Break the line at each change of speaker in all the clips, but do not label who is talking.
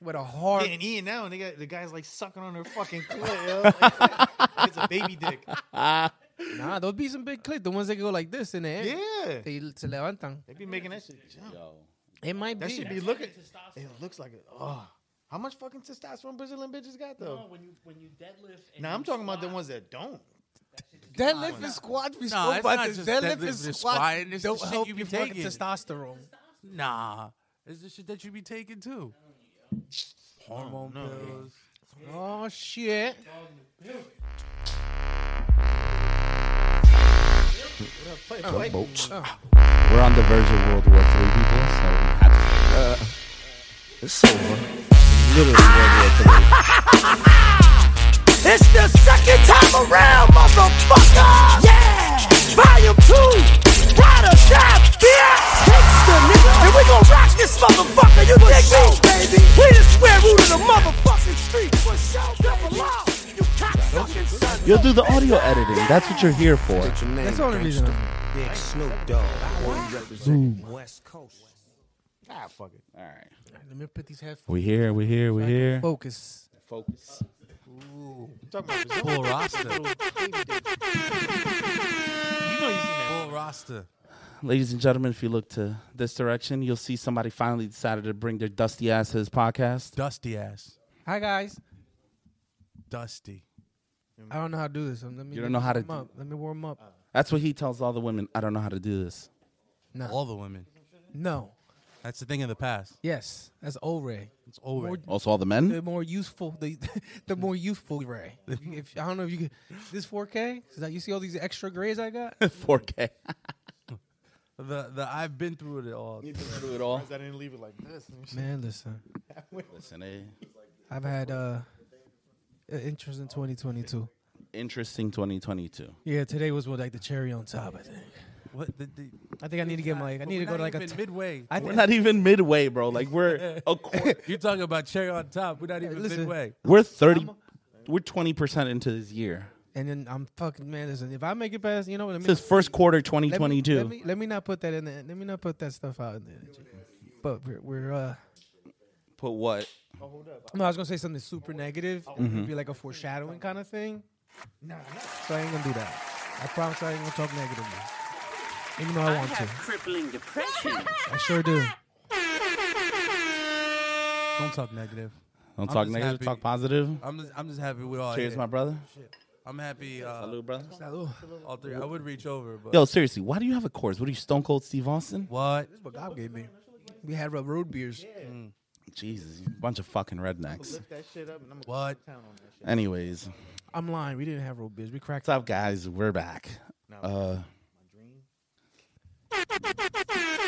with a hard.
Yeah, and Ian now, and they got the guy's like sucking on her fucking clit. yo. Like, it's a baby dick.
Nah, those be some big clit. The ones that go like this in the air.
Yeah,
They se levantan.
they be making that shit jump.
Yo.
It might
That
be.
should be looking.
Testosterone.
It looks like it. Oh, how much fucking testosterone Brazilian bitches got though?
No, when you when you deadlift. And
now
you
I'm talking about the
squat,
ones that don't.
Deadlift and squat. We
Nah,
spoke
it's
about
not
this.
just
Deadlift
deadlift
and
and
squat.
squat, and it's the
don't
shit
help
you
you your
be
fucking
taking.
testosterone.
Nah. It's the shit that you be taking too. Hormone
no.
pills.
Oh shit!
Play, play.
We're on the verge of World War III, people. So we have to, uh, it's over. Literally World War III.
It's the second time around, motherfucker! Yeah! Volume 2! Ride or die, bitch! Gangsta, nigga! And we gon' rock this motherfucker, you dig me? baby! We the square root of the motherfucking street! For sure, double law! You cocksucking son!
You'll do the audio editing. That's what you're here for.
That's the only reason. I'm-
Ah, fuck it.
All right.
Let me put these headphones.
We here. We here. We here.
Focus.
Focus.
I'm talking about Brazil.
Full roster.
You know you seen that.
Full roster.
Ladies and gentlemen, if you look to this direction, you'll see somebody finally decided to bring their dusty ass to this podcast.
Dusty ass.
Hi guys.
Dusty.
I don't know how to do this. um, Let me.
You
let me
don't know how to
warm
do-
Up. Let me warm
Uh,
up.
That's what he tells all the women. I don't know how to do this.
All the women.
No.
That's the thing of the past.
Yes. That's old Ray.
It's over.
More-
Also, all the men.
The more useful, the the more youthful Ray. If I don't know if you could, this 4K. Is that you see all these extra grays I got?
4K.
The the I've been through it all.
it all.
I didn't leave it like this.
Man, listen.
Listen, eh?
I've had uh an interest in 2022.
Interesting 2022.
Yeah, today was what like the cherry on top. I think.
What the, the,
I think I need to get my. I need to go to like a. T-
midway.
I
We're
think.
not even midway, bro. Like we're a qu-
You're talking about cherry on top. We're not even
listen.
midway.
we're 30 we're 20% into this year.
And then I'm fucking man. Listen, if I make it past, you know what I mean.
This is first quarter
Let me-
2022.
Let me, let me not put that in there. Let me not put that stuff out in there. But we're, we're uh
Put what?
no, I was gonna say something super negative.
Mm-hmm.
It'd be like a foreshadowing kind of thing. So I ain't gonna do that. I promise I ain't gonna talk negatively. Even though I want to.
crippling depression.
I sure do.
Don't talk negative.
Don't
I'm
talk
just
negative,
happy.
talk positive.
I'm just, I'm just happy we all.
Cheers,
here.
my brother.
I'm happy. Uh,
Hello, brother.
Salud.
all three. I would reach over, but
Yo, seriously, why do you have a course? What are you, Stone Cold Steve Austin?
what?
That's what God gave me. We had uh, road beers.
Jesus, you bunch of fucking rednecks.
Lift that shit up and I'm gonna
What?
town on that shit.
Anyways,
I'm lying. We didn't have road beers. We cracked
what's up, guys? We're back. Uh,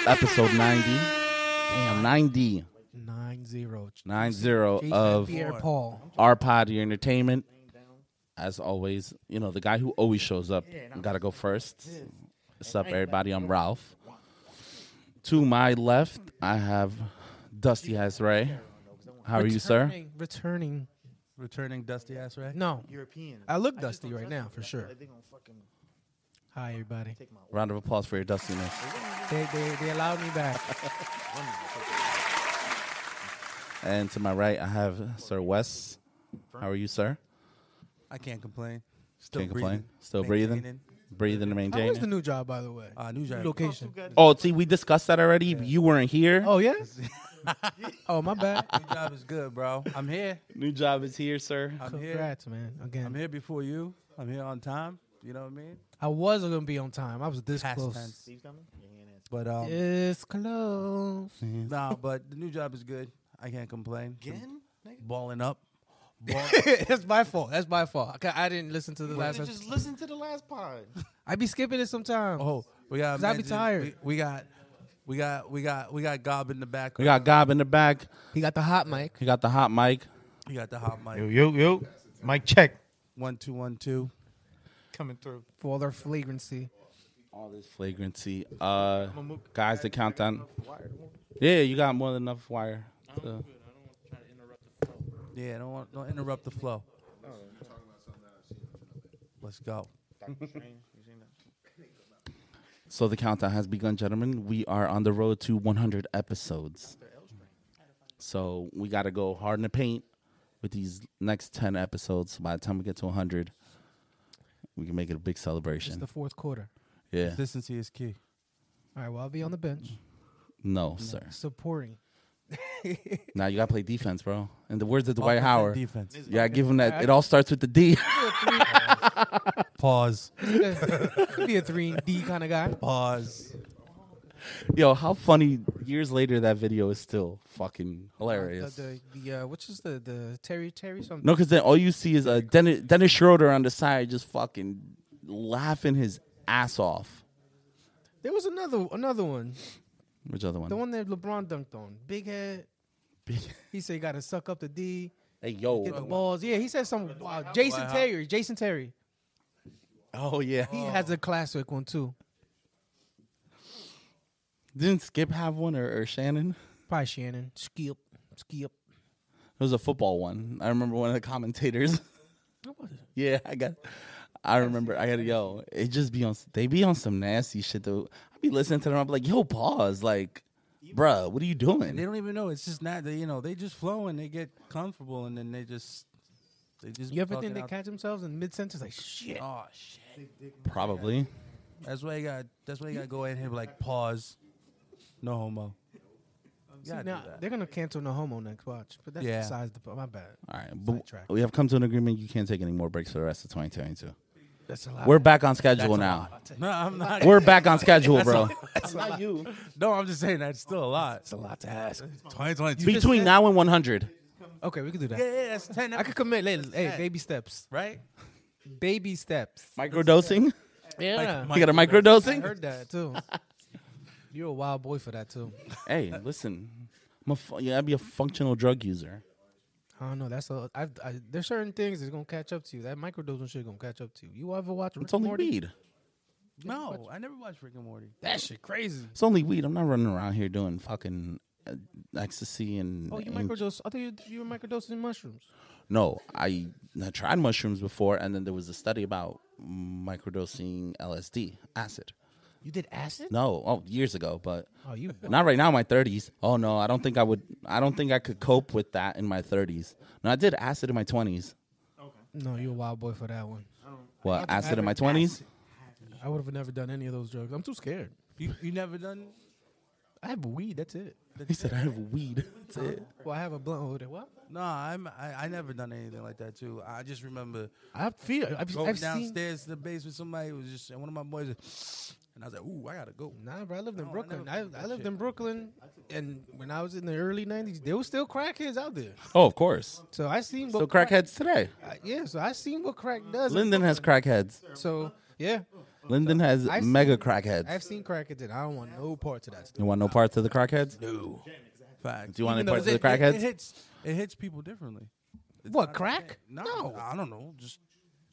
episode 90. Damn, 90.
nine zero.
90
Jason
of
Pierre Paul.
our pod, your entertainment. As always, you know, the guy who always shows up gotta go first. What's up, everybody? I'm Ralph. To my left, I have Dusty Ass Ray. How are you, sir?
Returning- Returning.
Returning dusty ass right?
No,
European.
I look
just
dusty
don't
right
touch
now
it.
for
I feel
sure.
Like they gonna fucking
Hi everybody.
take my.
Round of applause for your dustiness.
They they, they allowed me back.
And to my right, I have Sir Wes. How are you, sir?
I can't complain. Still
Can't
breathing.
complain. Still breathing.
Maintaining.
Breathing and
How was the
maintaining.
new job, by the way?
Uh, new
New
job.
location.
Oh, see, we discussed that already. You weren't here.
Oh yeah. oh my bad.
New job is good, bro. I'm here.
New job is here, sir.
I'm here.
Congrats, man. Again,
I'm here before you. I'm here on time. You know what I mean?
I was gonna be on time. I was this
Past
close.
tense.
Steve's coming. Yeah, he ain't answering.
But um,
It's close.
nah. But the new job is good. I can't complain.
Again? Nigga?
Balling up. Ball-
That's my fault. That's my fault. I ca- I didn't listen to the
Why
last.
didn't you Just listen to the last pod.
I be skipping it sometimes.
oh, we got.
'Cause I be
mention-
tired.
We, we got. We got. We got. We got Gob in the back.
We got Gob in the back.
He got the hot mic.
He got the hot mic.
We got the hot mic.
yo, yo. Mike, check.
One two one two.
Coming through.
for all their flagrancy.
All this flagrancy. Uh, guys, the countdown. Yeah, you got more than enough wire. So-
Yeah. Don't want, don't interrupt the flow. Let's go.
So the countdown has begun, gentlemen. We are on the road to 100 episodes. So we got to go hard in the paint with these next 10 episodes. By the time we get to 100, we can make it a big
It's
celebration.
the fourth quarter.
yeah.
Consistency is key.
All right, well, I'll be on the bench
No, sir.
supporting.
Now you got to play defense, bro. And the words of
Up with
Dwight
that
Howard.
Defense.
Yeah, I give him that. It all starts with the D.
Pause.
He'd be a 3 and D kind of guy.
Pause.
Yo, how funny years later that video is still fucking hilarious.
The, the, the, uh, which is the, the Terry, Terry something?
No, because then all you see is uh, Dennis, Dennis Schroeder on the side just fucking laughing his ass off.
There was another another one.
Which other one?
The one that LeBron dunked on. Big head. He said, "Got to suck up the D,
Hey, yo.
get the balls." Yeah, he said some. Wow, Jason Terry. Jason Terry.
Oh, yeah.
He has a classic one too.
Didn't Skip have one or, or Shannon?
Probably Shannon. Skip. Skip.
It was a football one. I remember one of the commentators. yeah, I got. I remember. I gotta yo. It just be on. They be on some nasty shit though. I be listening to them. I'm like, yo, pause. Like, bruh, what are you
They
doing?
don't even know. It's just not. They, you know, they just flow and they get comfortable and then they just. They just.
You ever
talking
think they
out-
catch themselves in mid sentence like shit?
Oh shit.
Probably.
That's why you got. That's why you got to go in here like pause. No homo. You gotta do
Now,
that.
they're gonna cancel No Homo next watch, but that's
Yeah.
besides the po- my bad.
All right, but
Sidetrack.
we have come to an agreement. You can't take any more breaks for the rest of 2022.
That's a lot.
We're back on schedule now.
No, I'm not.
We're back on schedule, bro.
No, I'm just saying that's still a lot.
That's a lot to ask.
2022.
Between now and 100.
Okay, we can do that.
Yeah, yeah, that's 10.
I could commit. Hey, hey, baby steps.
right?
Baby steps.
Microdosing?
Yeah,
Mike-
You got a
I
microdosing?
heard that too. You're a wild boy for that too.
Hey, listen. I'm a fu- yeah, I'd be a functional drug user.
I don't know. That's a. I've, I, there's certain things that's gonna catch up to you. That microdosing shit gonna catch up to you. You ever watch?
It's only weed.
No, I never watched Rick and Morty.
That shit crazy.
It's only weed. I'm not running around here doing fucking uh, ecstasy and.
Oh, you
and-
microdose. I thought you, you were microdosing mushrooms.
No, I had tried mushrooms before, and then there was a study about microdosing LSD, acid.
You did acid?
No, oh, years ago, but
Oh, you.
not right now in my 30s. Oh no, I don't think I would. I don't think I could cope with that in my 30s. No, I did acid in my 20s.
No, you're a wild boy for that one.
What acid in my 20s?
I would have never done any of those drugs. I'm too scared.
You you never done?
I have weed. That's it.
He said I have weed. That's it.
Well, I have a blunt over there. What?
No, I'm I, I never done anything like that too. I just remember
I have fear. I've,
going
I've seen.
downstairs to the basement. Somebody was just and one of my boys, was- and I was like, "Ooh, I gotta go."
Nah, bro. I lived in
I
Brooklyn.
never
I,
did
I,
that
lived
shit.
in Brooklyn, and when I was in the early '90s, there was still crackheads out there.
Oh, of course.
So I seen
So
what
crackheads today.
I- yeah, so I seen what crack
Uh,
does.
Linden has crackheads.
So yeah,
Linden has
I've
mega
seen-
crackheads.
I've seen crackheads, and I don't want no parts of that stuff.
You want no parts of the crackheads? Do
Facts.
you want
Even
any
though
parts of the
it-
It,
crackheads?
hits it hits people differently.
What crack?
No,
no.
I don't know. Just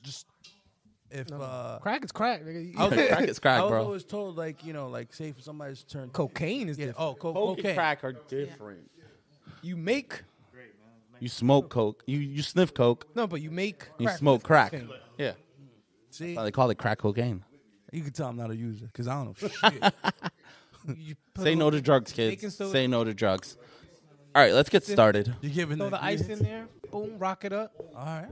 just if uh,
crack is crack. nigga. You-
Okay, crack is crack,
I was
bro.
always told like you know like say if somebody's turned
Cocaine is
yeah
different.
oh co- cocaine
are different. oh.
You make
You smoke coke. You you sniff coke.
no, but you make.
You
crack
smoke
with
crack.
cocaine.
Yeah.
see
Oh, they call it crack cocaine.
you can tell I'm not a user because I don't know shit.
You put
Say
a
no
little-
to drugs,
Baking
kids.
soda.
Say no to drugs. All right, let's get started.
You're giving
Throw the ice in there, boom, rock it up.
All right.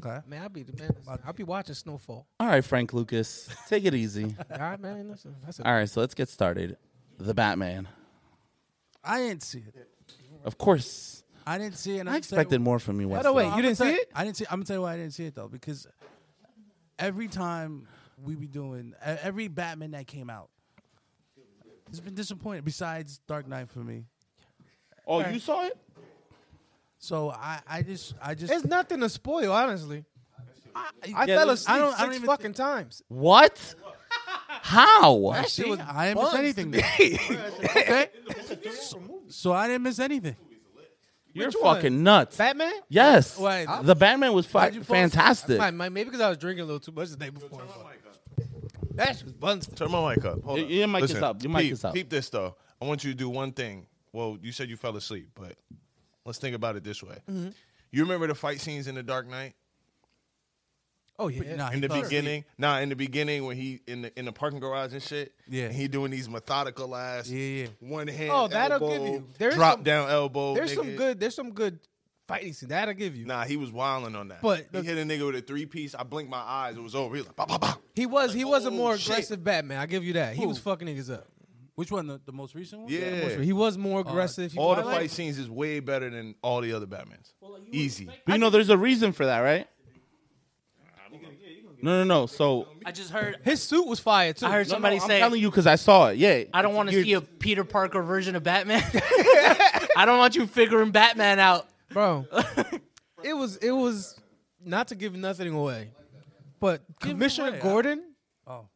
Okay.
Man, I'll be the man. I'll be watching snowfall.
All right, Frank Lucas, take it easy.
All right, man. Listen, that's a,
All right, so let's get started. The Batman.
I didn't see it.
Of course,
I didn't see it. and
I
I'm telling
expected more from you.
By the way,
Wesley.
you didn't see
tell-
it.
I didn't see. I'm gonna tell you why I didn't see it though, because every time we be doing e- every Batman that came out, it's been disappointing. Besides Dark Knight for me,
oh, you saw it?
so I I just I just
There's nothing to spoil, honestly.
I,
I
yeah,
fell
there's-
asleep
I don't,
six
I don't even
fucking times.
What? How?
That shit was, I didn't miss
bugs
anything. then. okay, so, so I didn't miss anything.
You're
Which one?
fucking nuts.
Batman?
Yes.
Wait.
the Batman was fi-
Why'd you fall asleep?
fantastic.
My, my, maybe because I was drinking a little too much the day before. That shit was buns.
Turn my mic up. Hold
Y-
up.
your mic is up. Your mic
peep,
is up.
Peep this though. I want you to do one thing. Well, you said you fell asleep, but
Mm-hmm.
let's think about it this way. You remember the fight scenes in The Dark Knight?
Oh yeah.
Nah,
in
he
the
fell asleep.
beginning. Nah, in the beginning when he in the in the parking garage and shit.
Yeah.
and he doing these methodical ass.
Yeah, yeah.
One hand.
Oh, that'll give
elbow,
you- there is
drop
some-
down elbow.
There's some
nigga.
good. There's some good fighting scene that I give you.
Nah, he was wilding on that.
But
he
the-
hit a nigga with a three piece. I blinked my eyes. It was over. He was like, bah, bah, bah.
He was he was a
oh,
more
shit.
aggressive Batman. I give you that. He was
Who?
fucking niggas up.
Which one? The, the most recent one?
Yeah.
He was more aggressive. He
all the
I like-
fight scenes is way better than all the other Batmans. Easy.
But you know, there's a reason for that, right? No, no, no. So
I just heard.
His suit was fire too.
I heard
no, no,
somebody
I'm
say.
telling you because I saw it. Yeah,
I don't want to
You're-
see a Peter Parker version of Batman. I don't want you figuring Batman out.
bro. it was it was not to give nothing away, but Commissioner
away, I-
Gordon.
Oh.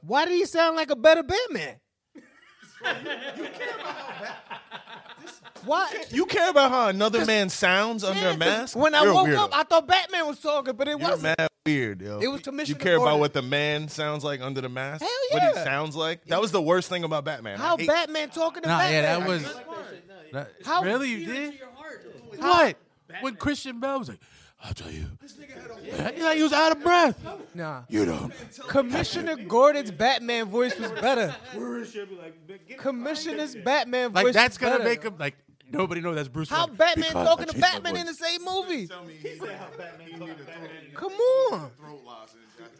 Why did he sound like a better Batman? Why?
You care about how another man sounds under a mask?
When I
You're a
woke
weirdo.
up, I thought Batman was talking, but it
You're
wasn't.
mad weird, yo.
It was
You
Commissioner
care about
Gordon.
what the man sounds like under the mask?
Hell
What he
yeah.
sounds like? That was the worst thing about Batman. I
How
hate-
Batman talking to
Nah, yeah,
Batman?
that was. that-
How-
really, you did? What? When Christian Bell was like, "I'll tell you," Yeah, he was out of breath.
Nah.
You don't.
Commissioner Gordon's Batman voice was better. Commissioner's Batman voice
Like
was
that's gonna
better.
make him like nobody know that's Bruce.
How
Wayne.
Batman
Because
talking
I
to
changed my
Batman in
voice.
the same movie? Come on.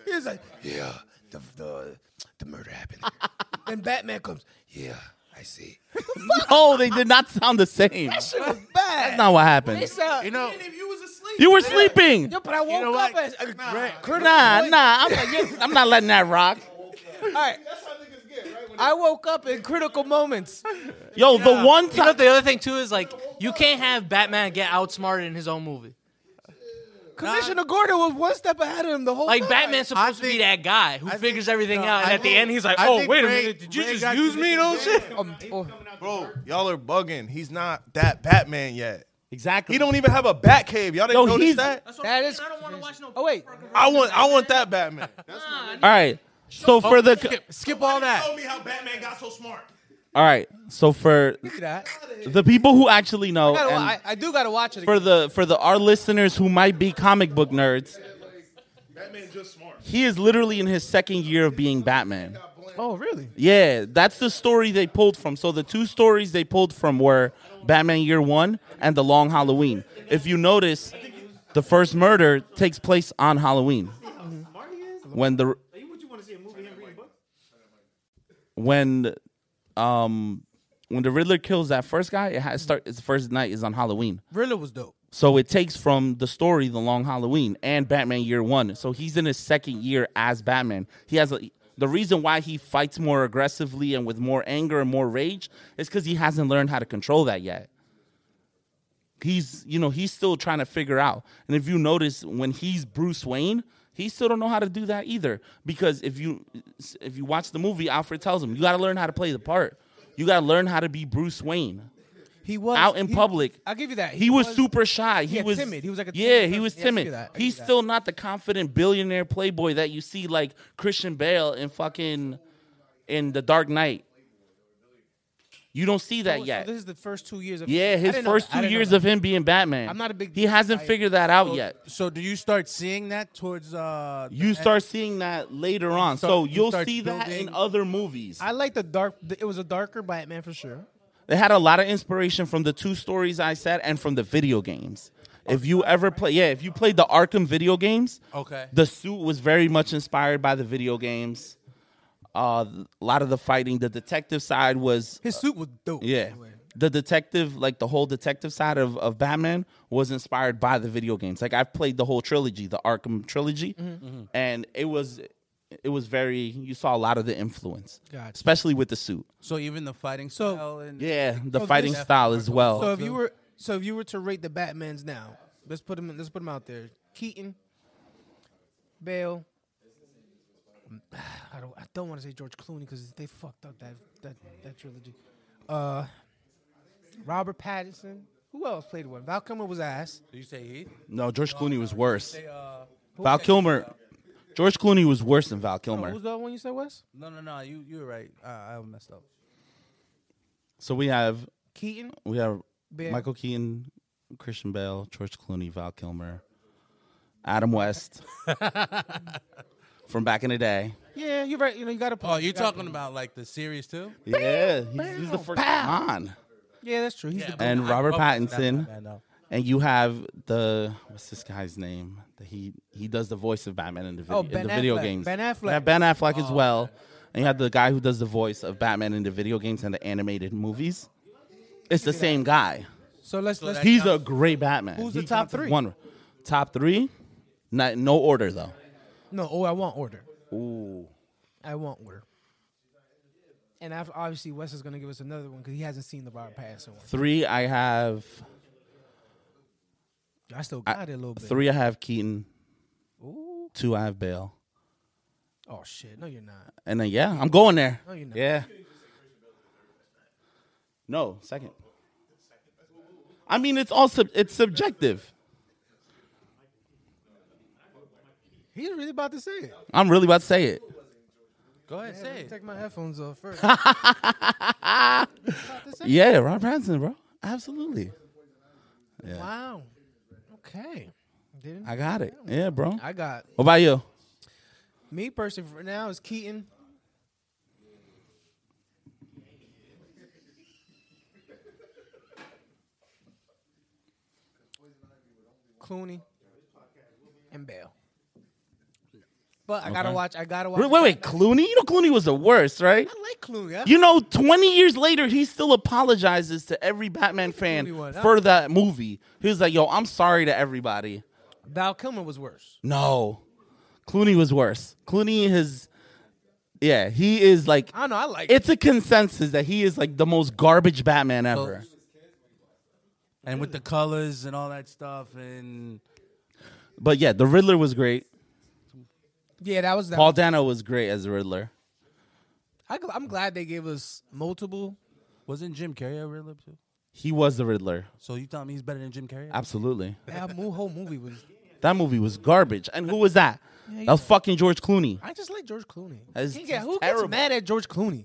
He's like,
Yeah, the the the murder happened.
and Batman comes.
yeah, I see.
Oh, they did not sound the same.
That
That's
shit was bad.
not what happened.
sound,
You know,
You were sleeping.
yo, but I woke
know
up uh,
what?
as a nah,
Nah, nah. I'm like, yeah, I'm not letting that rock.
All right. I woke up in critical moments.
Yo, the one
You know,
time.
the other thing too is like you can't have Batman get outsmarted in his own movie.
Commissioner Gordon was one step ahead of him the whole
Like
time.
Batman's supposed to be that guy who figures everything out, and
I
uh, at the
think-
end he's like,
I
"Oh,
think
wait a
Ray-
minute, did you
Ray
just
got
use me?" No shit.
Um, oh,
Bro, y'all are bugging. He's not that Batman yet.
Exactly.
He don't even have a bat cave. Y'all didn't
Yo,
notice
he's-
that?
that is. Oh wait,
I want I want that Batman.
All right. So for the.
skip, skip all that.
me how Batman got so smart.
All right. So for
see that.
the people who actually know,
Gotta wa-
and
I, I do gotta watch it.
for
Again.
the for the our listeners who might be comic book nerds,
Batman just smart.
he is literally in his second year of being Batman.
Oh really?
Yeah, that's the story they pulled from. So the two stories they pulled from were Batman Year One and The Long Halloween. If you notice, the first murder takes place on Halloween. When the when um when the Riddler kills that first guy, it has start. Its first night is on Halloween.
Riddler was dope.
So it takes from the story The Long Halloween and Batman Year One. So he's in his second year as Batman. He has a, the reason why he fights more aggressively and with more anger and more rage is because he hasn't learned how to control that yet. He's you know he's still trying to figure out. And if you notice when he's Bruce Wayne, he still don't know how to do that either. Because if you if you watch the movie, Alfred tells him you got to learn how to play the part. You got to learn how to be Bruce Wayne
He was
out in
he-
public.
I'll give you that.
He, was, super shy. He
yeah,
was
timid. He was like a
yeah.
timid
He
person.
was
Yeah, I give you
timid.
that. I give
He's
you that.
still not the confident billionaire playboy that you see like Christian Bale in fucking in The Dark Knight. You don't see that
Oh, So
yet.
this is the first two years of
yeah, his first two years of him being Batman.
I'm not a big-
He hasn't
I- Oh,
figured that out yet.
So do you start seeing that towards uh? the
You
end?
start seeing that later on.
start-
so
he
you'll
starts
see that in
building-
other movies.
I like the dark. It was a darker Batman for sure.
They had a lot of inspiration from the two stories I said and from the video games. If you ever play, yeah, if you played the Arkham video games,
Okay.
the suit was very much inspired by the video games. Uh, a lot of the fighting, the detective side was,
His suit was dope.
yeah, the detective, like the whole detective side of, of Batman was inspired by the video games. Like I've played the whole trilogy, the Arkham trilogy, and it was, it was very. You saw a lot of the influence,
Gotcha.
especially with the suit.
So even the fighting
So-
style and
Yeah, the
this-
fighting style as well.
So if you were so if you were to rate the Batmans now, let's put them let's put them out there. Keaton, Bale. I don't I don't want to say George Clooney because they fucked up that that that trilogy. Uh, Robert Pattinson. Who else played one? Val Kilmer was ass.
Do you say he?
No, George Clooney was worse.
They, uh,
Val Kilmer. George Clooney was worse than Val Kilmer.
Who's the other one you said was?
no, no, no. You you're right. Uh, I messed up.
So we have
Keaton.
we have
Bale.
Michael Keaton, Christian Bale, George Clooney, Val Kilmer, Adam West from back in the day.
Yeah, you're right. You know, you gotta.
Oh, you're talking about like the series too?
Yeah, he's, he's the first on.
Yeah, that's true. He's the
And Robert Pattinson.
Man, no.
And you have the what's this guy's name? That he he does the voice of Batman in the video
Oh,
in
Ben
the video
Affleck.
games.
Ben
You
Affleck. Oh,
have Ben Affleck as well. And you have the guy who does the voice of Batman in the video games and the animated movies. It's the same guy.
so let's let's.
He's a great Batman.
Who's the top three?
One, top three, not no order though.
no, oh, I want order.
Ooh,
I want order. And af- obviously, Wes is gonna give us another one because he hasn't seen the Robert Pattinson one.
three. I have
I still got it a little bit.
three. I have Keaton.
Ooh.
Two. I have Bale.
Oh shit! No, you're not.
And then yeah, I'm going there.
No, you're not.
Yeah. No, second. I mean, it's all sub- it's subjective.
He's really about to say it.
I'm really about to say it.
Go ahead, say it.
Take my headphones off first.
Yeah, Rob Pattinson, bro. Absolutely.
wow. Okay. Didn't
I got it. Yeah, bro. What
I got
about you?
me personally for now is Keaton. Clooney and Bale. But I gotta
Okay.
watch I gotta watch
Wait, wait, Clooney? You know Clooney was the worst, right?
I like Clooney. I-
You know, 20 years later, he still apologizes to every Batman
Clooney
fan
was-
for that movie. He was like, yo, I'm sorry to everybody.
Val Kilmer was worse.
No. Clooney was worse. Clooney has, yeah, he is like,
I don't know, I like
it's a consensus that he is like the most garbage Batman ever.
And with the colors and all that stuff, and
But yeah, the Riddler was great.
Yeah, that was that
Paul Dano was great as the Riddler.
I, gl- I'm glad they gave us multiple.
wasn't Jim Carrey a Riddler too?
He was the Riddler.
So you telling me he's better than Jim Carrey?
Absolutely.
That mo- whole movie was.
That movie was garbage. And who was that? That was fucking George Clooney.
I just like George Clooney.
That's-
Can't get-
that's
who
terrible.
gets mad at George Clooney?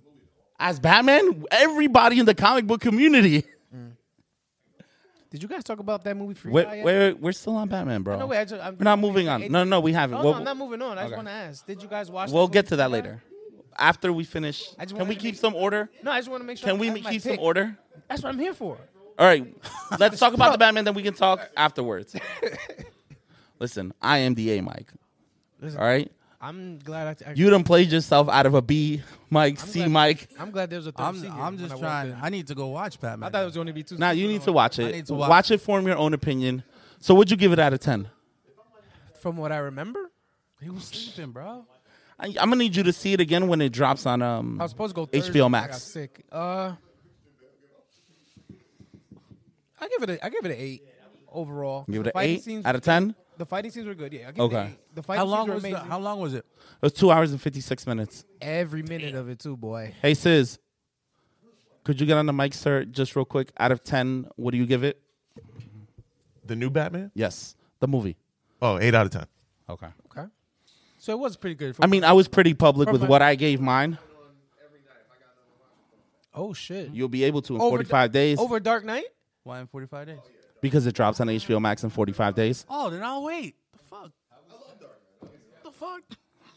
As Batman, everybody in the comic book
Oh,
community.
Did you guys talk about that movie Free
Wait,
Guy
wait,
yet?
wait, we're still on Batman, bro.
No, wait, I just, I'm,
we're not moving on. No, no, we haven't.
Oh,
we'll
no, I'm not moving on. I just
okay.
want to ask. Did you guys watch? the
we'll
movie
get to that
Free Guy?
later. After we finish,
I just
can
wanted
we
to
keep
make-
some order?
No, I just want to make sure.
Can
I
we
have my
keep some
pick.
order?
That's what I'm here for.
All right, let's talk about the Batman, then we can talk afterwards. Listen, I am the A, Mike.
Listen.
All right,
I'm glad. I, I,
you done played yourself out of a B, Mike, C,
glad-
Mike.
I'm glad there's a third
I'm,
seat here
I'm
when I
just
walked
trying.
in.
I need to go watch Batman.
I thought it was going to be two.
Now you need to watch it.
need to
watch.
watch
it, form your own opinion. So, would you give it out of ten?
From what I remember,
he was sleeping, bro.
I, I'm gonna need you to see it again when it drops on um
I was supposed to go Thursday, I
HBO
got
Max.
sick. Uh, I give it. A, I give it an eight overall.
Give it
The
an
fighting
eight
scenes-
out of ten.
The fighting scenes were good. Yeah. I give
Okay.
It an eight. The fighting
How long
scenes were
was the,
amazing.
How long was it?
It was two hours and fifty six minutes.
Every minute of it too, boy.
Hey Sis, could you get on the mic, sir, just real quick? Out of ten, what do you give it?
The new Batman?
Yes, the movie.
Oh, eight out of ten.
Okay.
Okay. So it was pretty good. For
I mean, I was pretty public with
my-
what I gave mine.
oh shit.
You'll be able to in
Over
forty five days
Over Dark Knight.
Why in 45 days?
because it drops on HBO Max in forty five days.
Oh, then I'll wait. The fuck? The fuck?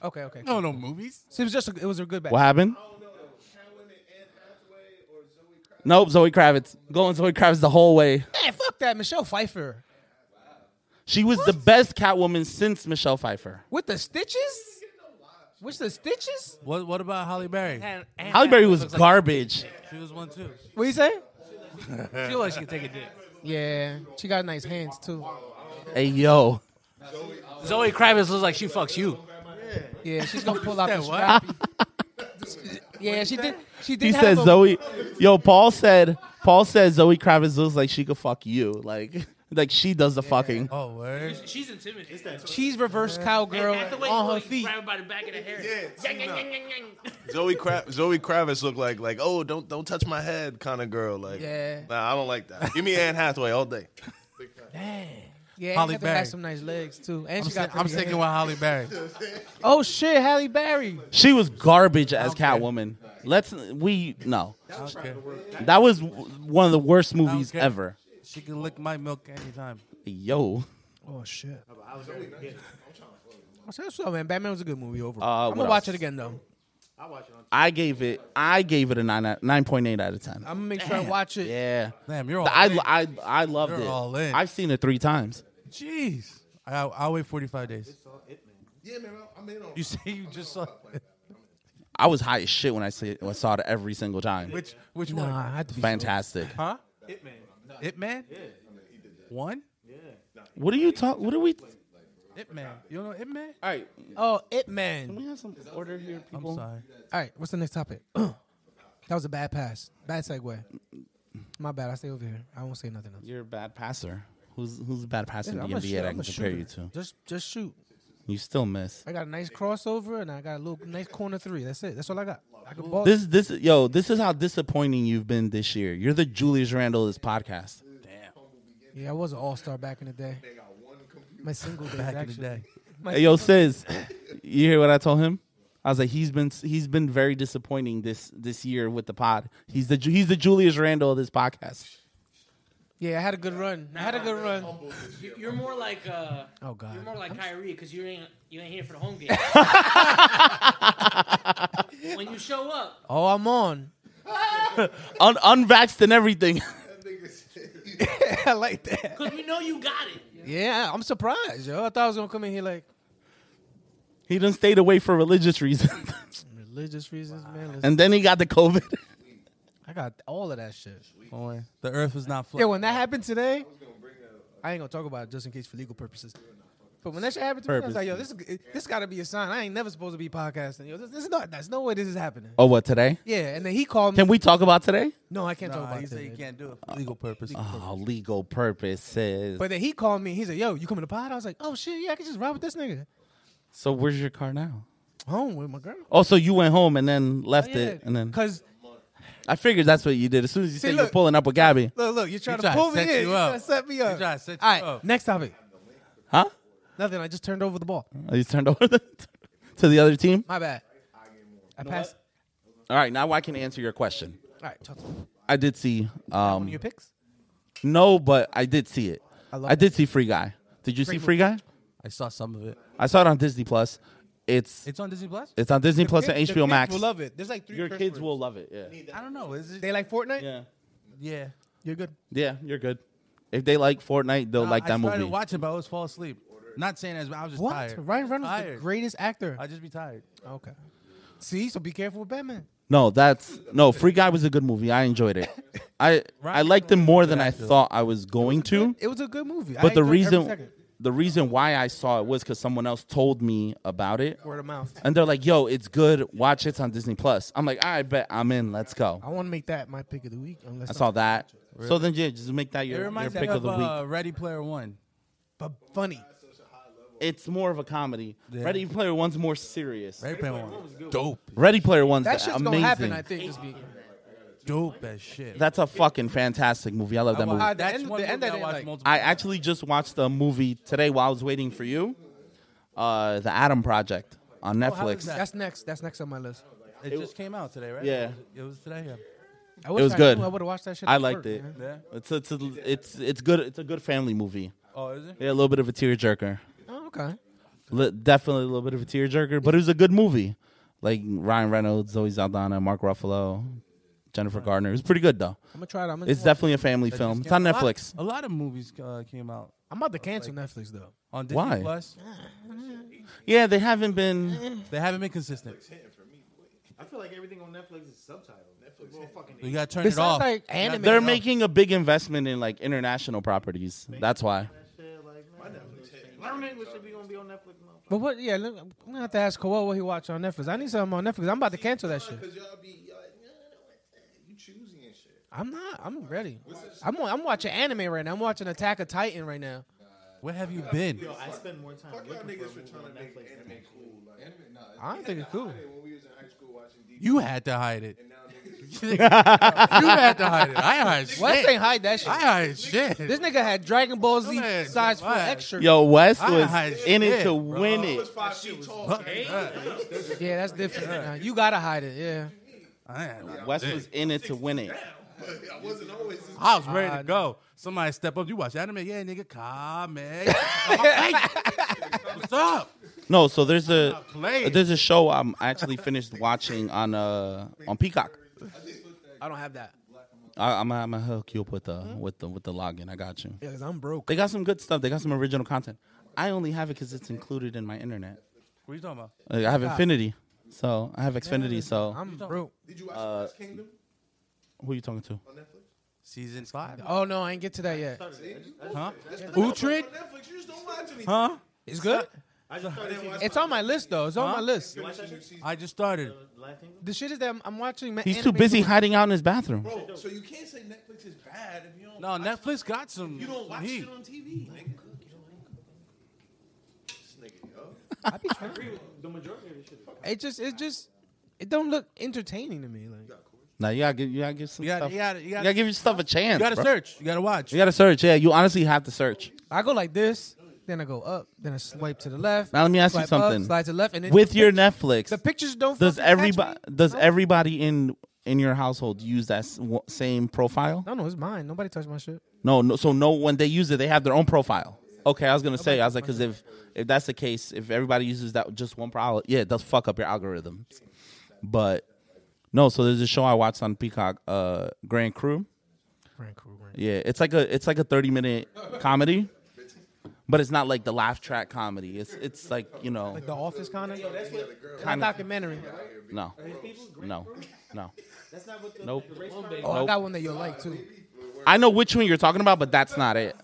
Okay. Okay.
No, no movies.
So it was just. A, it was a good batch.
What happened? Nope, Zoe Kravitz. Going Zoe Kravitz the whole way.
Man, fuck that Michelle Pfeiffer
She was the best Catwoman since Michelle Pfeiffer.
with the stitches. With the stitches?
What? What about Holly Berry?
And, and
Halle Berry was garbage.
She was one too.
What you say?
I feel like she could take a dick.
Yeah, she got nice hands too.
Hey yo,
Zoe Kravitz looks like she fucks you.
Yeah, she's gonna pull out the strap. yeah, she did. She did.
he
have
says
a-
Zoe. Yo, Paul said. Paul says Zoe Kravitz looks like she could fuck you. Like, like she does the fucking.
Oh, word.
She's intimidating.
She's reverse cowgirl on her feet.
by the back of the hair.
Zoe Kra- Zoe Kravitz looked like like oh don't don't touch my head kind of girl like
Yeah.
nah I don't like that. Give me Anne Hathaway all day.
Yeah,
Holly
and has
Berry.
some nice legs too, and
I'm,
she got.
sti- I'm
pretty
sticking
hair.
with Holly Berry.
Oh shit, Halle Berry.
She was garbage as Catwoman. Let's we no.
Okay.
That was w- one of the worst movies
Okay.
ever.
She can lick my milk anytime.
Yo,
Oh shit. I said so, man. Batman was a good movie overall.
Uh,
I'm
what
gonna watch
else?
it again though.
I gave it. I gave it a nine. out- 9.8 out of ten.
I'm gonna make sure I watch it.
yeah.
Damn, you're all.
I,
in.
I, I loved
You're
it.
all in.
I've seen it three times.
Jeez. I, I'll wait 45 days.
Yeah, man, I'm in on.
You say you just saw
I was high as shit when I see when I saw it every single time.
which which
Nah,
one?
I had to be
Fantastic.
Huh? Hitman. Hitman. Yeah. One.
What are you talking? What are we?
Hitman. You don't know Hitman?
All right.
Oh, It Man.
We have some order here,
I'm
people.
sorry.
All right, what's the next topic? that was a bad pass. Bad segue. My bad. I stay over here. I won't say nothing else.
You're a bad passer. Who's who's a bad passer
Yeah,
in
I'm
the
a
NBA
shoo-
that I
I'm
can
a
compare you
shooter.
to?
Just just shoot.
You still miss.
I got a nice crossover and I got a little nice corner three. That's it. That's all I got. I can ball.
This this yo, this is how disappointing you've been this year. You're the Julius Randle of this podcast.
yeah, I was an all star back in the day. My single days
Back
actually.
in the day.
My
Hey, yo, Sis, you hear what I told him? I was like, he's been he's been very disappointing this this year with the pod. He's the Ju- he's the Julius Randle of this podcast.
Yeah, I had a good run. I had a good run.
You- You're more like uh,
Oh god.
you're more like Kyrie because you ain't you ain't here for the home game. when you show up,
Oh, I'm on.
Un- unvaxxed and everything.
I like that.
because we know you got it.
Yeah, I'm surprised, yo. I thought I was gonna come in here like
he done stayed away for religious reasons,
religious reasons, man. Listen,
and then he got the COVID.
I got all of that shit.
Boy, the Earth is not flat.
Yeah, when that happened today, I ain't gonna talk about it just in case for legal purposes. But when that shit happened to me, I was like, yo, this is- this gotta be a sign. I ain't never supposed to be podcasting. Yo, this, this is not. That's no way this is happening.
Oh, what today?
Yeah, and then he called me.
Can we talk about today?
no, I can't
Nah,
talk about
he
it.
said you
today.
can't do it for legal purpose.
Oh, legal purposes.
But then he called me. He said, yo, you coming to pod? I was like, oh shit, yeah, I can just ride with this nigga.
so where's your car now?
Home with my girl.
Oh, so you went home and then left
Oh, Yeah,
it, and then
cause
I figured that's what you did. As soon as you
See,
said you're
look.
pulling up with Gabby,
Look, look, you're trying to
trying to
pull me
set
in.
you
You're
up.
trying to set me up.
trying to set you
All right,
up.
next topic.
huh?
Nothing. I just turned over the ball.
Mm-hmm.
Oh, you turned over the, to the other team.
My bad. I passed.
All right, now I can answer your question.
All right, talk to me.
I did see.
One of
Um,
your picks?
no, but I did see it.
I
I,
love
did see Free Guy. Did you see Free Guy?
I saw some of it.
I saw it on Disney Plus. It's
It's on Disney Plus.
it's on Disney Plus and
The
HBO
kids
Max.
will love it. There's like three.
Your
curse
kids
words.
will love it. Yeah.
I don't know. Is it?
They like Fortnite.
Yeah.
yeah.
You're good.
Yeah. You're good. If they like Fortnite, they'll
Nah,
like that
I started
movie.
watching, but I was fall asleep. Not saying as I was just
What?
tired.
Ryan Reynolds is the
Tired.
greatest actor. Oh,
I just be tired.
okay. See, so be careful with Batman.
No, that's no. Free Guy was a good movie. I enjoyed it. I I liked it more than I thought I was going to.
It was a good movie. I
But
enjoyed
the
every
reason
second.
the reason why I saw it was because someone else told me about it,
word of mouth.
and they're like, "Yo, it's good. Watch it. It's on Disney Plus." I'm like, "I bet I'm in. Let's go."
I want to make that my pick of the week. Unless
I saw that. So then, yeah, just make that
It
your, your
reminds me
pick of
of
the
uh,
week.
Ready Player One.
but funny.
It's more of a comedy. Ready Player One's more serious.
Ready Player One.
Ready Player One's
That shit's
amazing.
gonna happen. I think. Just be.
Dope as shit.
That's a fucking fantastic movie. I love that movie.
I- the
That's
end-
one
the end
movie
I didn't
I watched
like.
multiple.
I actually just watched a movie today while I was waiting for you. Uh, the Adam Project on
Oh,
Netflix.
that?
That's next. That's next on my list.
it just came out today, right?
Yeah.
It was today. Yeah.
I wish
was
I
good.
knew I would have watched that shit.
I
at
liked
work,
it.
man.
Yeah.
It's it's it's it's good. It's a good family movie.
Oh, is it?
Yeah, a little bit of a tearjerker.
Oh, okay.
Li- definitely a little bit of a tearjerker, but it was a good movie. Like Ryan Reynolds, Zoe Saldana, Mark Ruffalo, Jennifer Gardner. It was pretty good though.
I'm gonna try it. I'm gonna
It's definitely a family film. It's on Netflix.
A lot of movies uh, came out
I'm about to cancel Netflix though.
on Disney
Why?
Plus.
Yeah, they haven't been.
They haven't been consistent.
I feel like everything on Netflix is subtitled. Netflix is fucking
You gotta turn
This
it
sounds
off.
like anime.
They're
though.
making a big investment in like international properties. That's why.
shit. Like, man, learn English should be gonna be on Netflix. motherfucker.
But what? Yeah, look, I'm gonna have to ask Kawhi what he watched on Netflix. I need something on Netflix. I'm about to cancel that shit.
Cause y'all be y'all, like, "Nah, you choosing and shit.
I'm not. I'm ready. I'm. On, I'm watching anime right now. I'm watching Attack of Titan right now.
Where have you been?
Yo, I spend more time
Y'all
looking for a
niggas were
movie
trying
on
to make
Netflix.
anime cool. Like, anime, nah.
I don't think it's cool.
When we was in high school watching D.
You had to hide it.
Now niggas,
you had to hide it. I hide shit.
West ain't hide that shit.
I hide shit.
this nigga had Dragon Ball Z
Come here,
size for
come on.
extra.
Yo, West
I
was
had
in it
shit,
to
bro.
win it.
five feet tall.
Yeah, that's different. now. You gotta hide it. Yeah.
I had-
West was in it to win it.
I wasn't always. This
I was ready to go. Somebody step up. You watch anime? Yeah, nigga. Come, man. What's up?
No, so there's a
playing.
there's a show I'm actually finished watching on uh on Peacock.
I don't have that.
I, I'm I'm gonna hook you up with the
Hmm?
with the with the login. I got you.
Yeah, because I'm broke.
They got some good stuff. They got some original content. I only have it because it's included in my internet.
What are you talking about?
Like, I have Infinity, so I have Xfinity. So
I'm broke.
Uh,
Kingdom
who are you talking to?
on Netflix.
Season five.
Oh no, I ain't get to that yet.
Huh? Uhtred?
On Netflix, you just don't watch anything.
Huh?
It's good.
I just started watching
It's on my list though. It's on my list.
I just started.
the Black Kingdom.
The shit is that I'm, I'm watching. Man,
He's too busy
hiding.
hiding out in his bathroom.
Bro, so you can't say Netflix is bad if you don't.
No, Netflix got some.
You don't
some
watch
heat.
shit on TV, nigga. This nigga, yo.
The majority of the shit. is-
It just, it just, it don't look entertaining to me. Like
Now you gotta give you gotta give some
You gotta-
stuff.
you gotta- you gotta-
give your stuff a chance.
You gotta
bro.
search. You gotta watch.
You gotta search. Yeah, you honestly have to search
I go like this, then I go up, then I swipe to the left.
Now let me ask you
swipe up,
something.
slide to the left, and then
with
the
your
pic-
Netflix.
the pictures don't.
does
fucking catch me.
everybody does everybody in in your household use that s- w- same profile?
No, no, it's mine. Nobody touched my shit.
No, no. So no, when they use it, they have their own profile. Okay, I was gonna say, I was like, because if if that's the case, if everybody uses that just one profile, yeah, it does fuck up your algorithm. But no, so there's a show I watched on Peacock, uh, Grand Crew.
Frank Krueger.
Yeah, it's like a it's like a 30 minute comedy, but it's not like the laugh track comedy. It's it's like you know
Like the office kind of.
kind of
documentary.
no no no.
That's not what the,
Nope.
the race car
Oh, I
Nope.
got one that you'll like too.
I know which one you're talking about, but that's not it.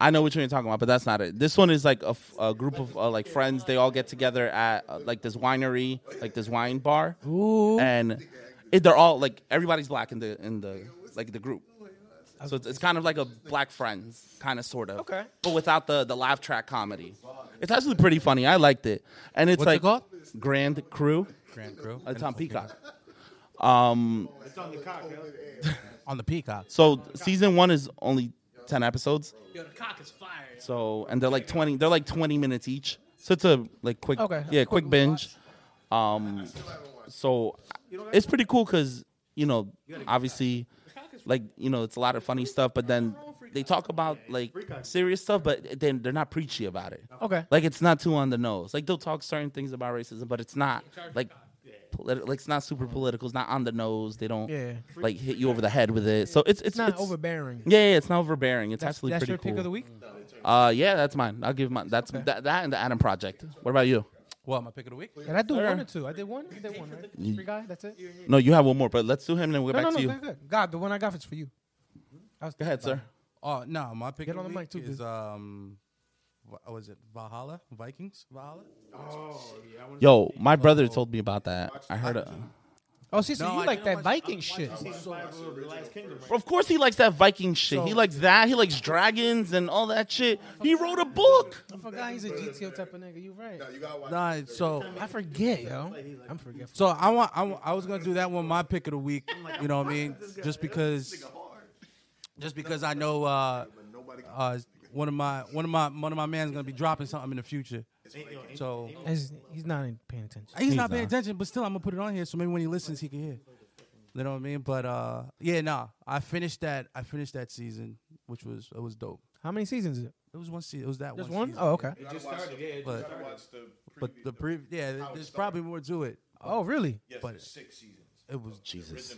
I know which one you're talking about, but that's not it. This one is like a, f- a group of uh, like friends. They all get together at uh, like this winery, like this wine bar, and it, they're all like everybody's black in the in the like the group. So it's, it's kind of like a black friends kind of sort of,
Okay.
but without the the laugh track comedy. It's actually pretty funny. I liked it, and it's
What's
like
it called?
Grand Crew.
Grand Crew.
It's on Peacock.
It's on the cock, yo.
On the Peacock.
So season one is only ten episodes.
Yo, the cock is fire. yo.
So and they're like twenty. They're like twenty minutes each. So it's a like quick,
Okay.
yeah, quick, binge. Um, so it's pretty cool because you know, obviously, like you know, it's a lot of funny stuff. But then they talk about like serious stuff, but then they're not preachy about it.
Okay.
Like it's not too on the nose. Like they'll talk certain things about racism, but it's not like. Politi- like it's not super political. It's not on the nose. They don't
Yeah.
like hit you over the head with it. So it's it's,
It's not
it's-
overbearing.
Yeah, yeah, it's not overbearing. It's actually
That's
pretty
your
cool.
pick of the week.
Uh, yeah, that's mine. I'll give mine. That's that, that and the Adam Project. What about you?
What, my pick of the week?
Did I do one or two? I did one. I did one. Right? Free guy. That's it.
No, you have one more, but let's do him and then we'll
No,
get
no,
back
no.
to you.
Good, good. God, the one I got is for you. I was
Go ahead, sir.
Oh, no, my pick
Get
of
on
the
the
week
mic too,
is,
dude.
um, what was it? Valhalla? Vikings? Valhalla?
Yo, my brother told me about that. I heard it.
Oh, see, so
No,
you
I
like
didn't
that
watch-
Viking shit.
Of course, he likes that Viking shit. he likes that. He likes dragons and all that shit. He wrote a book.
I forgot he's a GTO type of nigga. You right.
Nah, so
I forget, yo. I'm forgetful.
So I want, I, wa- I was gonna do that one my pick of the week. You know what I mean? Just because, just because I know uh, uh, one of my one of my one of my man's gonna be dropping something in the future. So
He's, he's not even paying attention.
he's not paying attention, but still I'm gonna put it on here so maybe when he listens he can hear. You know what I mean? But uh, yeah, nah. I finished that. I finished that season, which was it was dope.
How many seasons is it?
It was one season. It was that
Just
one.
one?
season.
Oh, okay.
But, but the pre yeah, th- there's probably more to it.
Oh, really?
But
Six seasons.
it was
Jesus.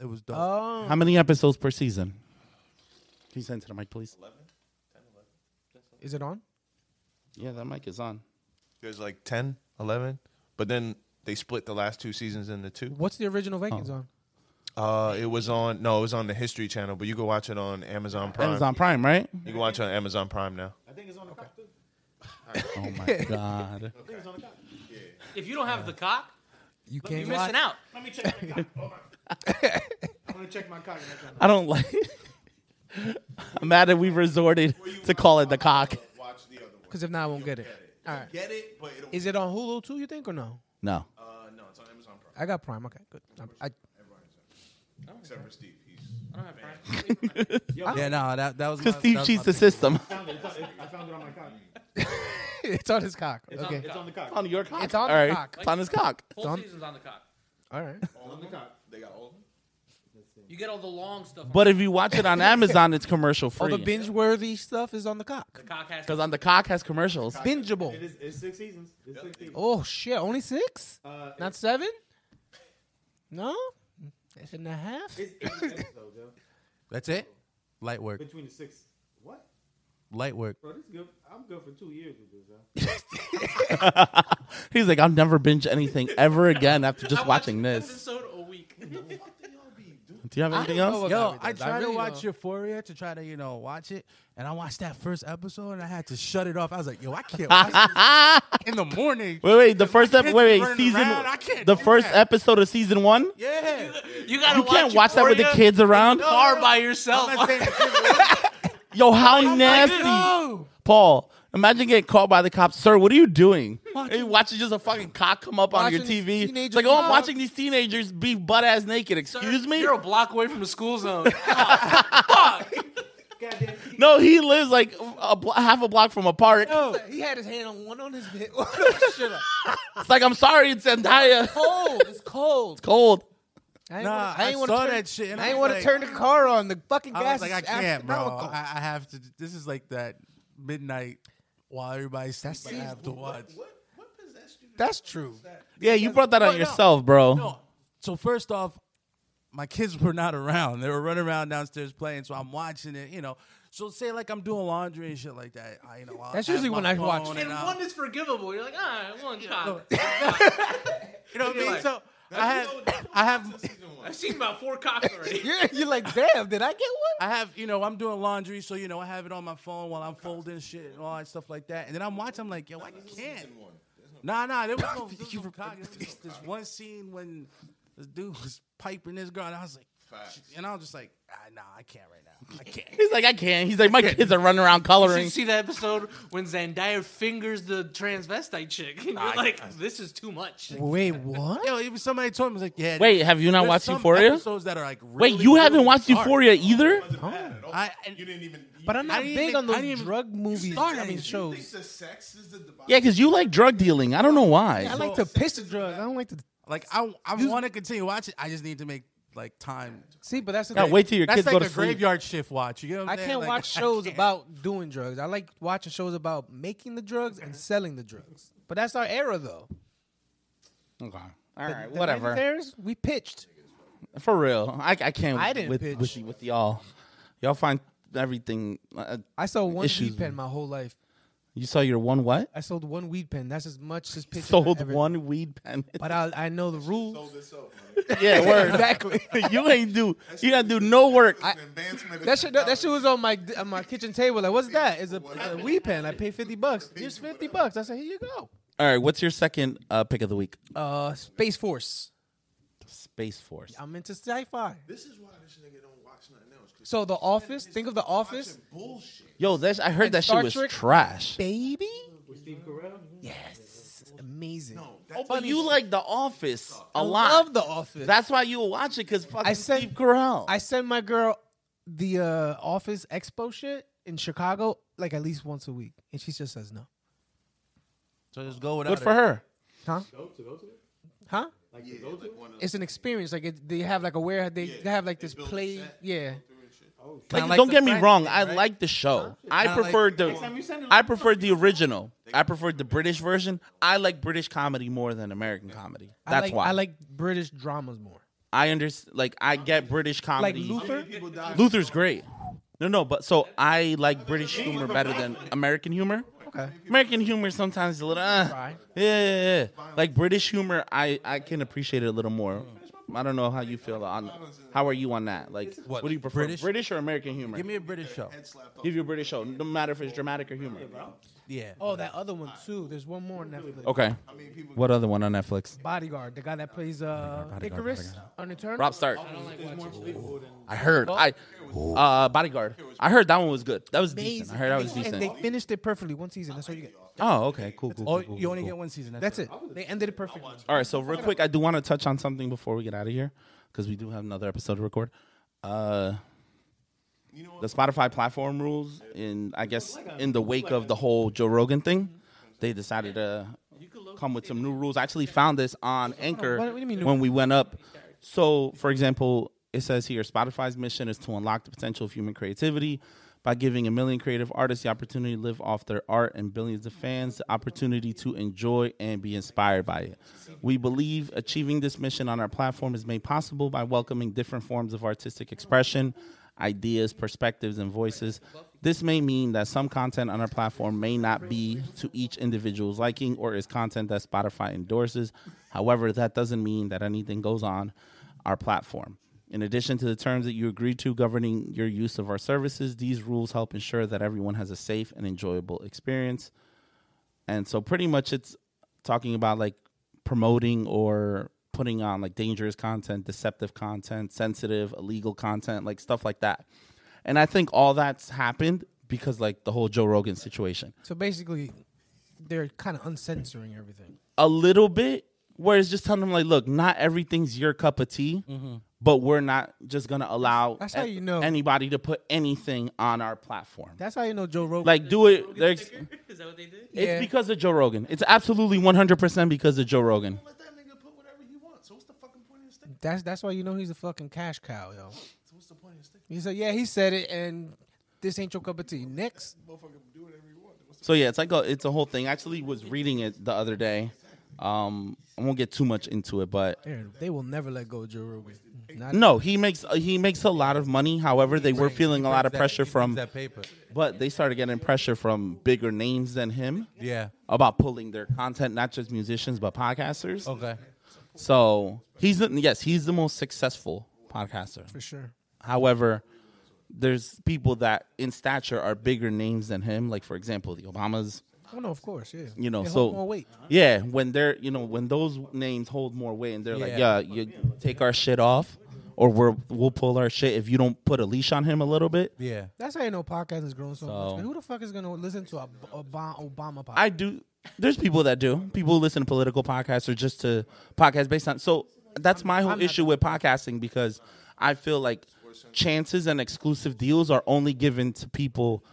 it was dope.
Oh,
How many episodes per season? Can you send to the mic, please?
is it on?
Yeah, that mic is on.
There's like 10, 11, but then they split the last two seasons into two.
What's the original Vikings on?
Uh, it was on no, it was on the History Channel, but you can watch it on Amazon Prime.
Amazon Prime, right?
You can watch it on Amazon Prime now.
I think it's on the cock, too.
Oh my god.
If you don't have the cock,
You can't.
you're missing out.
Let me check my cock. Hold on. I'm gonna check my cock. and that's on.
I don't like. I'm mad that we resorted to call it the cock.
Watch the other one.
Because if not, I won't get it. All right.
Get it, but it'll.
Is it on Hulu too? You think or no?
No.
Uh, no, it's on Amazon Prime.
I got Prime. Okay, good. I'm- I,
Except for Steve, he's
Yeah, no, that that was
Because
my-
Steve
that was my
cheats the
pick.
system.
I found it. It's on, it, I found it on my cock.
it's on his cock. okay.
It's on the cock.
on your cock.
It's on
All
the
right.
cock.
It's on his cock.
Whole season's on the cock.
All right.
on the cop. They got all of them.
You get all the long stuff.
But if you watch it on Amazon, it's commercial
Oh,
All the
free.
binge worthy stuff is on the cock.
Because on the cock has commercials.
Bingeable.
It is, it's six seasons. It's six seasons.
Oh shit! Only six?
Uh,
Not seven? No. That's and a half.
it's eight episodes, yo.
That's it. Light work.
Between the six. What?
Light work.
Bro, this is good. I'm good for two years with this, yo.
He's like, I'll never binge anything ever again after just watching this.
Episode a week.
Do you have anything else?
Yo, I tried to
really
watch
don't.
Euphoria to try to, you know, watch it, and I watched that first episode, and I had to shut it off. I was like, yo, I can't watch this in the morning.
Wait, wait. The first
kids
episode. Wait,
running
wait. Season.
around, I can't
The
do
first
that.
episode of season one.
Yeah,
You gotta
You can't watch that with the
Euphoria
kids around.
Car by yourself.
I'm not saying
Yo, how nasty, Paul. Imagine getting caught by the cops, sir. What are you doing? And you watching just a fucking cock come up on your
Watching these
TV. It's
teenagers
like, oh, I'm
come
watching these teenagers be butt ass naked. Excuse me?
You're a block away from the school zone.
No, he lives like a blo- half a block from a park.
Oh, He had his hand on one on his hip. Oh,
It's like, I'm sorry, it's Zendaya.
cold. It's cold.
Cold.
I ain't
Nah,
wanna-
I,
ain't wanna
saw
turn-
that shit. And
I ain't
was
want to turn
like-
the car on. The fucking
I
gas.
was like, I
is
can't, bro.
astronomical.
I, I have to. This is like that midnight while everybody's
That's
sleeping. I have to watch.
That's true.
Yeah, you brought that on yourself, bro.
No. So first off, my kids were not around. They were running around downstairs playing. So I'm watching it. You know. So say like I'm doing laundry and shit like that. I, you know, I'll
That's
have
usually
my
when I watch
phone
it.
and
and I'll-
one is forgivable. You're like, ah, one shot.
You know what I mean?
like-
so I have, I have,
I've seen about four cocks already.
You're, you're like, damn. Did I get one?
I have, you know, I'm doing laundry, so you know, I have it on my phone while I'm folding shit and all that stuff like that. And then I'm watching, I'm like, yo, I can't. Nah, nah, there was no, there was no cock. There was this one scene when this dude was piping this girl, and I was like, and I was just like, ah, nah, I can't right now. I can't.
He's like, I can't. He's like, my kids are running around
Did you
coloring.
see that episode when Zendaya fingers the transvestite chick? And you're like, this is too much.
Wait, what?
Yo, even somebody told me, I was like, yeah.
Wait, have you not
there's
watched
some
Euphoria?
Episodes that are like
Wait,
really,
you
really
haven't watched
dark.
Euphoria either?
I, and,
You didn't even. You,
But I'm
I
not
didn't
big
even-
on
I didn't
those
even-
drug movies. I
started
mean,
it.
shows.
the sex is the debauchery.
Yeah, because you like drug dealing. I don't know why.
I like to piss the drugs. I don't like to
like, I, I want to continue watching. I just need to make like time
see. But that's the
Gotta
thing.
wait till your
That's
kids
like
go
the
to sleep.
graveyard shift watch. You know what
I
I'm saying?
can't
Like,
watch
I
shows
can't.
about doing drugs. I like watching shows about making the drugs and selling the drugs. But that's our era, though.
Okay. All right,
The
whatever.
90s eras, we pitched.
For real, I, I can't.
I didn't
with,
pitch.
with, with y'all. Y'all find everything. Uh,
I sold one
Issues.
weed pen my whole life.
you saw your one what?
I sold one weed pen. That's as much as pitching. I
Sold
ever-
one weed pen.
But I, I know the rules.
yeah, word.
exactly.
you ain't do. You gotta do no work.
I- That shit, that shit was on my on my kitchen table. Like, what's that? It's a, it's a weed pen. I paid fifty bucks. Here's fifty bucks. I said, here you go.
All right, what's your second uh, pick of the week?
Uh, Space Force.
Space Force.
I'm into sci-fi.
This is why this nigga don't watch nothing else. 'cause
So The Office. Think of The Office,
it's bullshit.
Yo, that I heard that
Star
shit was
Trek?
trash.
baby. With Steve Carell. Yes, amazing.
Oh, but you like The Office a lot.
love The Office.
That's why you will watch it because fucking
I said-
Steve Carell.
I send my girl the uh, Office Expo shit in Chicago like at least once a week, and she just says no.
So just go without
Good
it.
for her.
Huh? Huh?
Yeah, like one of
It's an experience. Like it, they have like a where they have like this play. Yeah.
Like,
Kinda like
don't
the
get me
Friends
wrong.
thing,
I
right?
like the show. I
Kinda like-
preferred the. I preferred the original. I preferred the British version. I like British comedy more than American comedy. That's
I like,
why
I like British dramas more.
I understand. Like I get British
Like
comedy.
Luther.
Luther's great. No, no, but so I like British humor better than American humor.
Okay.
American humor sometimes is a little. Uh,
Right.
yeah, yeah, yeah. Like British humor, I I can appreciate it a little more. I don't know how you feel on. How are you on that? Like, what, do you prefer,
British?
British, or American humor?
Give me a British show.
Give you a British show, no matter if it's dramatic or humor.
Yeah.
Oh, that other one too. There's one more on Netflix.
Okay. What other one on Netflix?
Bodyguard, the guy that plays uh, Icarus on Eternal.
Rob Stark. I heard. I uh, Bodyguard. I heard that one was good. That was decent. I heard that was
And
decent.
they finished it perfectly. One season. That's all you get.
Oh, okay. Cool. Cool.
Oh,
cool, cool,
you only
cool.
get one season.
That's it. They ended it perfectly.
All right, so real quick, I do want to touch on something before we get out of here because we do have another episode to record. Uh, the Spotify platform rules, in I guess in the wake of the whole Joe Rogan thing, they decided to come with some new rules. I actually found this on Anchor
What- what do you mean new-
when we went up. So, for example, It says here Spotify's mission is to unlock the potential of human creativity by giving a million creative artists the opportunity to live off their art and billions of fans the opportunity to enjoy and be inspired by it. We believe achieving this mission on our platform is made possible by welcoming different forms of artistic expression, ideas, perspectives, and voices. This may mean that some content on our platform may not be to each individual's liking or is content that Spotify endorses. However, that doesn't mean that anything goes on our platform. In addition to the terms that you agree to governing your use of our services, these rules help ensure that everyone has a safe and enjoyable experience. And so, pretty much, it's talking about like promoting or putting on like dangerous content, deceptive content, sensitive, illegal content, like stuff like that. And I think all that's happened because like the whole Joe Rogan situation.
So basically, they're kind of uncensoring everything.
a little bit where it's just telling them like look not everything's your cup of tea but we're not just gonna allow
That's how
a-
you know.
anybody to put anything on our platform
That's how you know Joe Rogan.
like do it there's, it's
Is that what they did?
Yeah.
because of joe rogan it's absolutely 100% because of joe rogan
Let that nigga put whatever he wants. So what's the fucking point of sticking?
that's that's why you know he's a fucking cash cow, yo.
So what's the point of sticking?
He said, yeah, he said it, and this ain't your cup of tea. Next,
Motherfucker do whatever he wants. What's the
so yeah it's like a, it's a whole thing I actually was reading it the other day um i won't get too much into it but
Aaron, they will never let go of Joe Rogan. Not,
no he makes he makes a lot of money however they were feeling a lot of
That-
pressure
he
from
brings that paper.
but they started getting pressure from bigger names than him
Yeah.
about pulling their content, not just musicians but podcasters.
Okay.
So he's the, yes, he's the most successful podcaster.
for sure.
However, there's people that in stature are bigger names than him. Like for example, the Obamas.
Oh no, of course, yeah.
You know,
They
so
hold more weight.
yeah, when they're you know when those names hold more weight and they're like, yeah,
Yeah.
you take our shit off, or we're we'll pull our shit if you don't put a leash on him a little bit.
Yeah.
That's how you know podcasting is growing so, much.
So-
Who the fuck is gonna listen to a, a Obama, Obama podcast?
I do. There's people that do. People who listen to political podcasts or just to podcasts based on. So that's my whole issue with podcasting because I feel like chances and exclusive deals are only given to people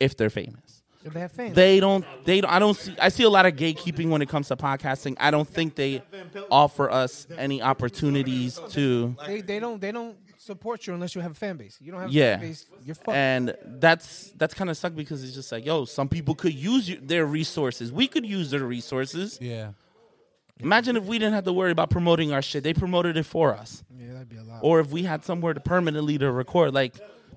if they're famous.
if they have fans,
They don't. They don't. I don't see. I see a lot of gatekeeping when it comes to podcasting. I don't think they offer us any opportunities to.
they, they don't they don't support you unless you have a fan base. You don't have a
Yeah.
fan base, you're fucked.
And that's that's kind of suck because it's just like, yo, some people could use you- their resources. We could use their resources.
Yeah.
Imagine if we didn't have to worry about promoting our shit. They promoted it for us.
yeah, that'd be a lot.
Or if we had somewhere to permanently to record, like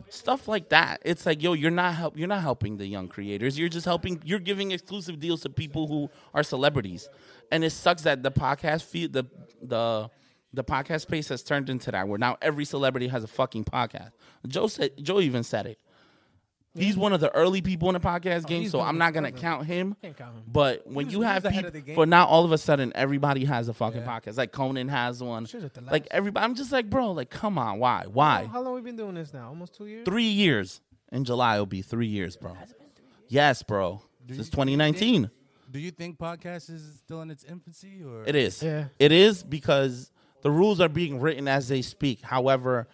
stuff like that. It's like, yo, you're not help you're not helping the young creators. You're just helping you're giving exclusive deals to people who are celebrities. And it sucks that the podcast feed the the the podcast space has turned into that where now every celebrity has a fucking podcast. Joe said Joe even said it. He's one of the early people in the podcast game,
Oh, he's
so
one of
I'm
the-
not gonna count him.
Can't count him.
But when you
he
have
was ahead of
people,
the game.
for now all of a sudden everybody has a fucking podcast. Like Conan has one.
Shit, at the
Like
last-
everybody, I'm just like, bro, like come on, why, why?
How long we been doing this now? Almost two years.
Three years in July will be three years, bro. Yes, bro. Since 2019,
Do you think podcast is still in its infancy or
it is.
Yeah.
It is because the rules are being written as they speak. However,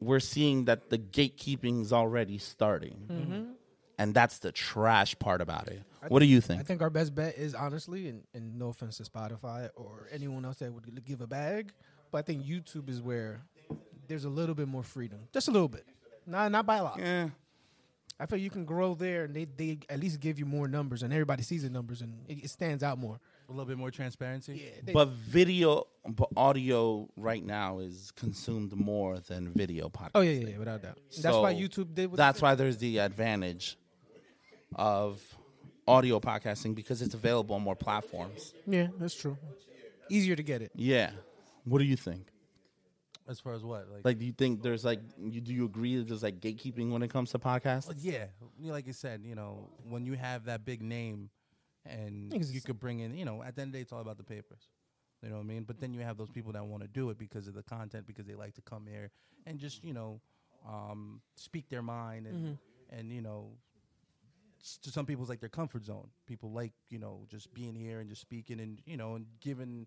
we're seeing that the gatekeeping is already starting, and that's the trash part about it. What do you
Mm-hmm. I
think?
think our best bet is honestly, and, and no offense to Spotify or anyone else that would give a bag, but I think YouTube is where there's a little bit more freedom, just a little bit, not not by a lot.
Eh.
I feel you can grow there, and they, they at least give you more numbers, and everybody sees the numbers, and it, it stands out more.
a little bit more transparency?
They-
But video, but audio right now is consumed more than video podcast.
oh yeah, yeah, yeah, without doubt. that's why
So
YouTube did. What they
That's
did.
why there's the advantage of audio podcasting because it's available on more platforms.
Yeah, that's true. Easier to get it.
Yeah. What do you think?
As far as what? Like,
Like, do you think there's like, you, do you agree that there's like gatekeeping when it comes to podcasts?
yeah, you- like I said, you know, when you have that big name and
Niggas
you
is-
could bring in, you know, at the end of the day, it's all about the papers. You know what I mean? But then you have those people that want to do it because of the content, because they like to come here and just, you know, um, speak their mind and, and you know, s- to some people's like their comfort zone. People like, you know, just being here and just speaking and, you know, and giving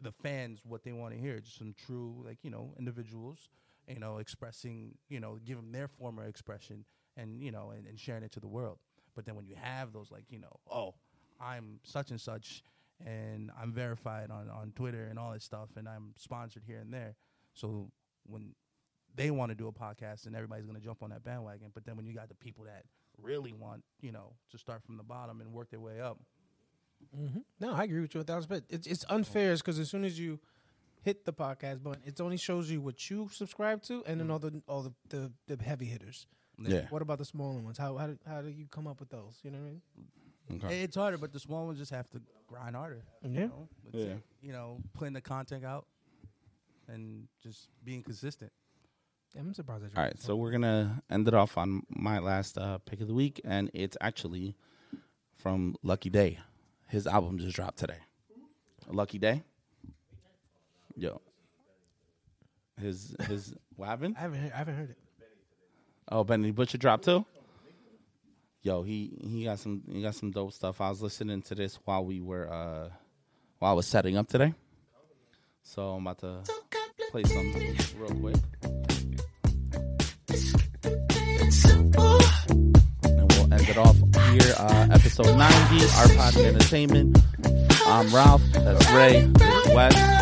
the fans what they want to hear. Just some true, like, you know, individuals, you know, expressing, you know, giving their former expression and, you know, and, and sharing it to the world. But then when you have those, like, you know, oh, I'm such and such and I'm verified on, on Twitter and all that stuff and I'm sponsored here and there, So when they want to do a podcast, and everybody's gonna jump on that bandwagon. But then when you got the people that really want, you know, to start from the bottom and work their way up,
No, I agree with you a thousand percent. It's it's unfair because as soon as you hit the podcast button, it only shows you what you subscribe to, and then all the all the, the, the heavy hitters.
Yeah.
What about the smaller ones? How how do, how do you come up with those? You know what
Okay.
it's harder. But the small ones just have to grind harder.
I mean? Yeah.
You know, It's,
Yeah.
you know, putting the content out and just being consistent.
I'm surprised. That
All right, so we're gonna end it off on my last uh, pick of the week, and it's actually from Lucky Day. His album just dropped today. Lucky Day. Yo. His his what happened?
I haven't heard, I haven't heard it.
Oh, Benny Butcher dropped too. Yo, he he got some he got some dope stuff. I was listening to this while we were uh while I was setting up today. So I'm about to play some real quick. And we'll end it off here. Uh, episode 90, Our Pod Entertainment. I'm Ralph. That's Ray. That's Wes.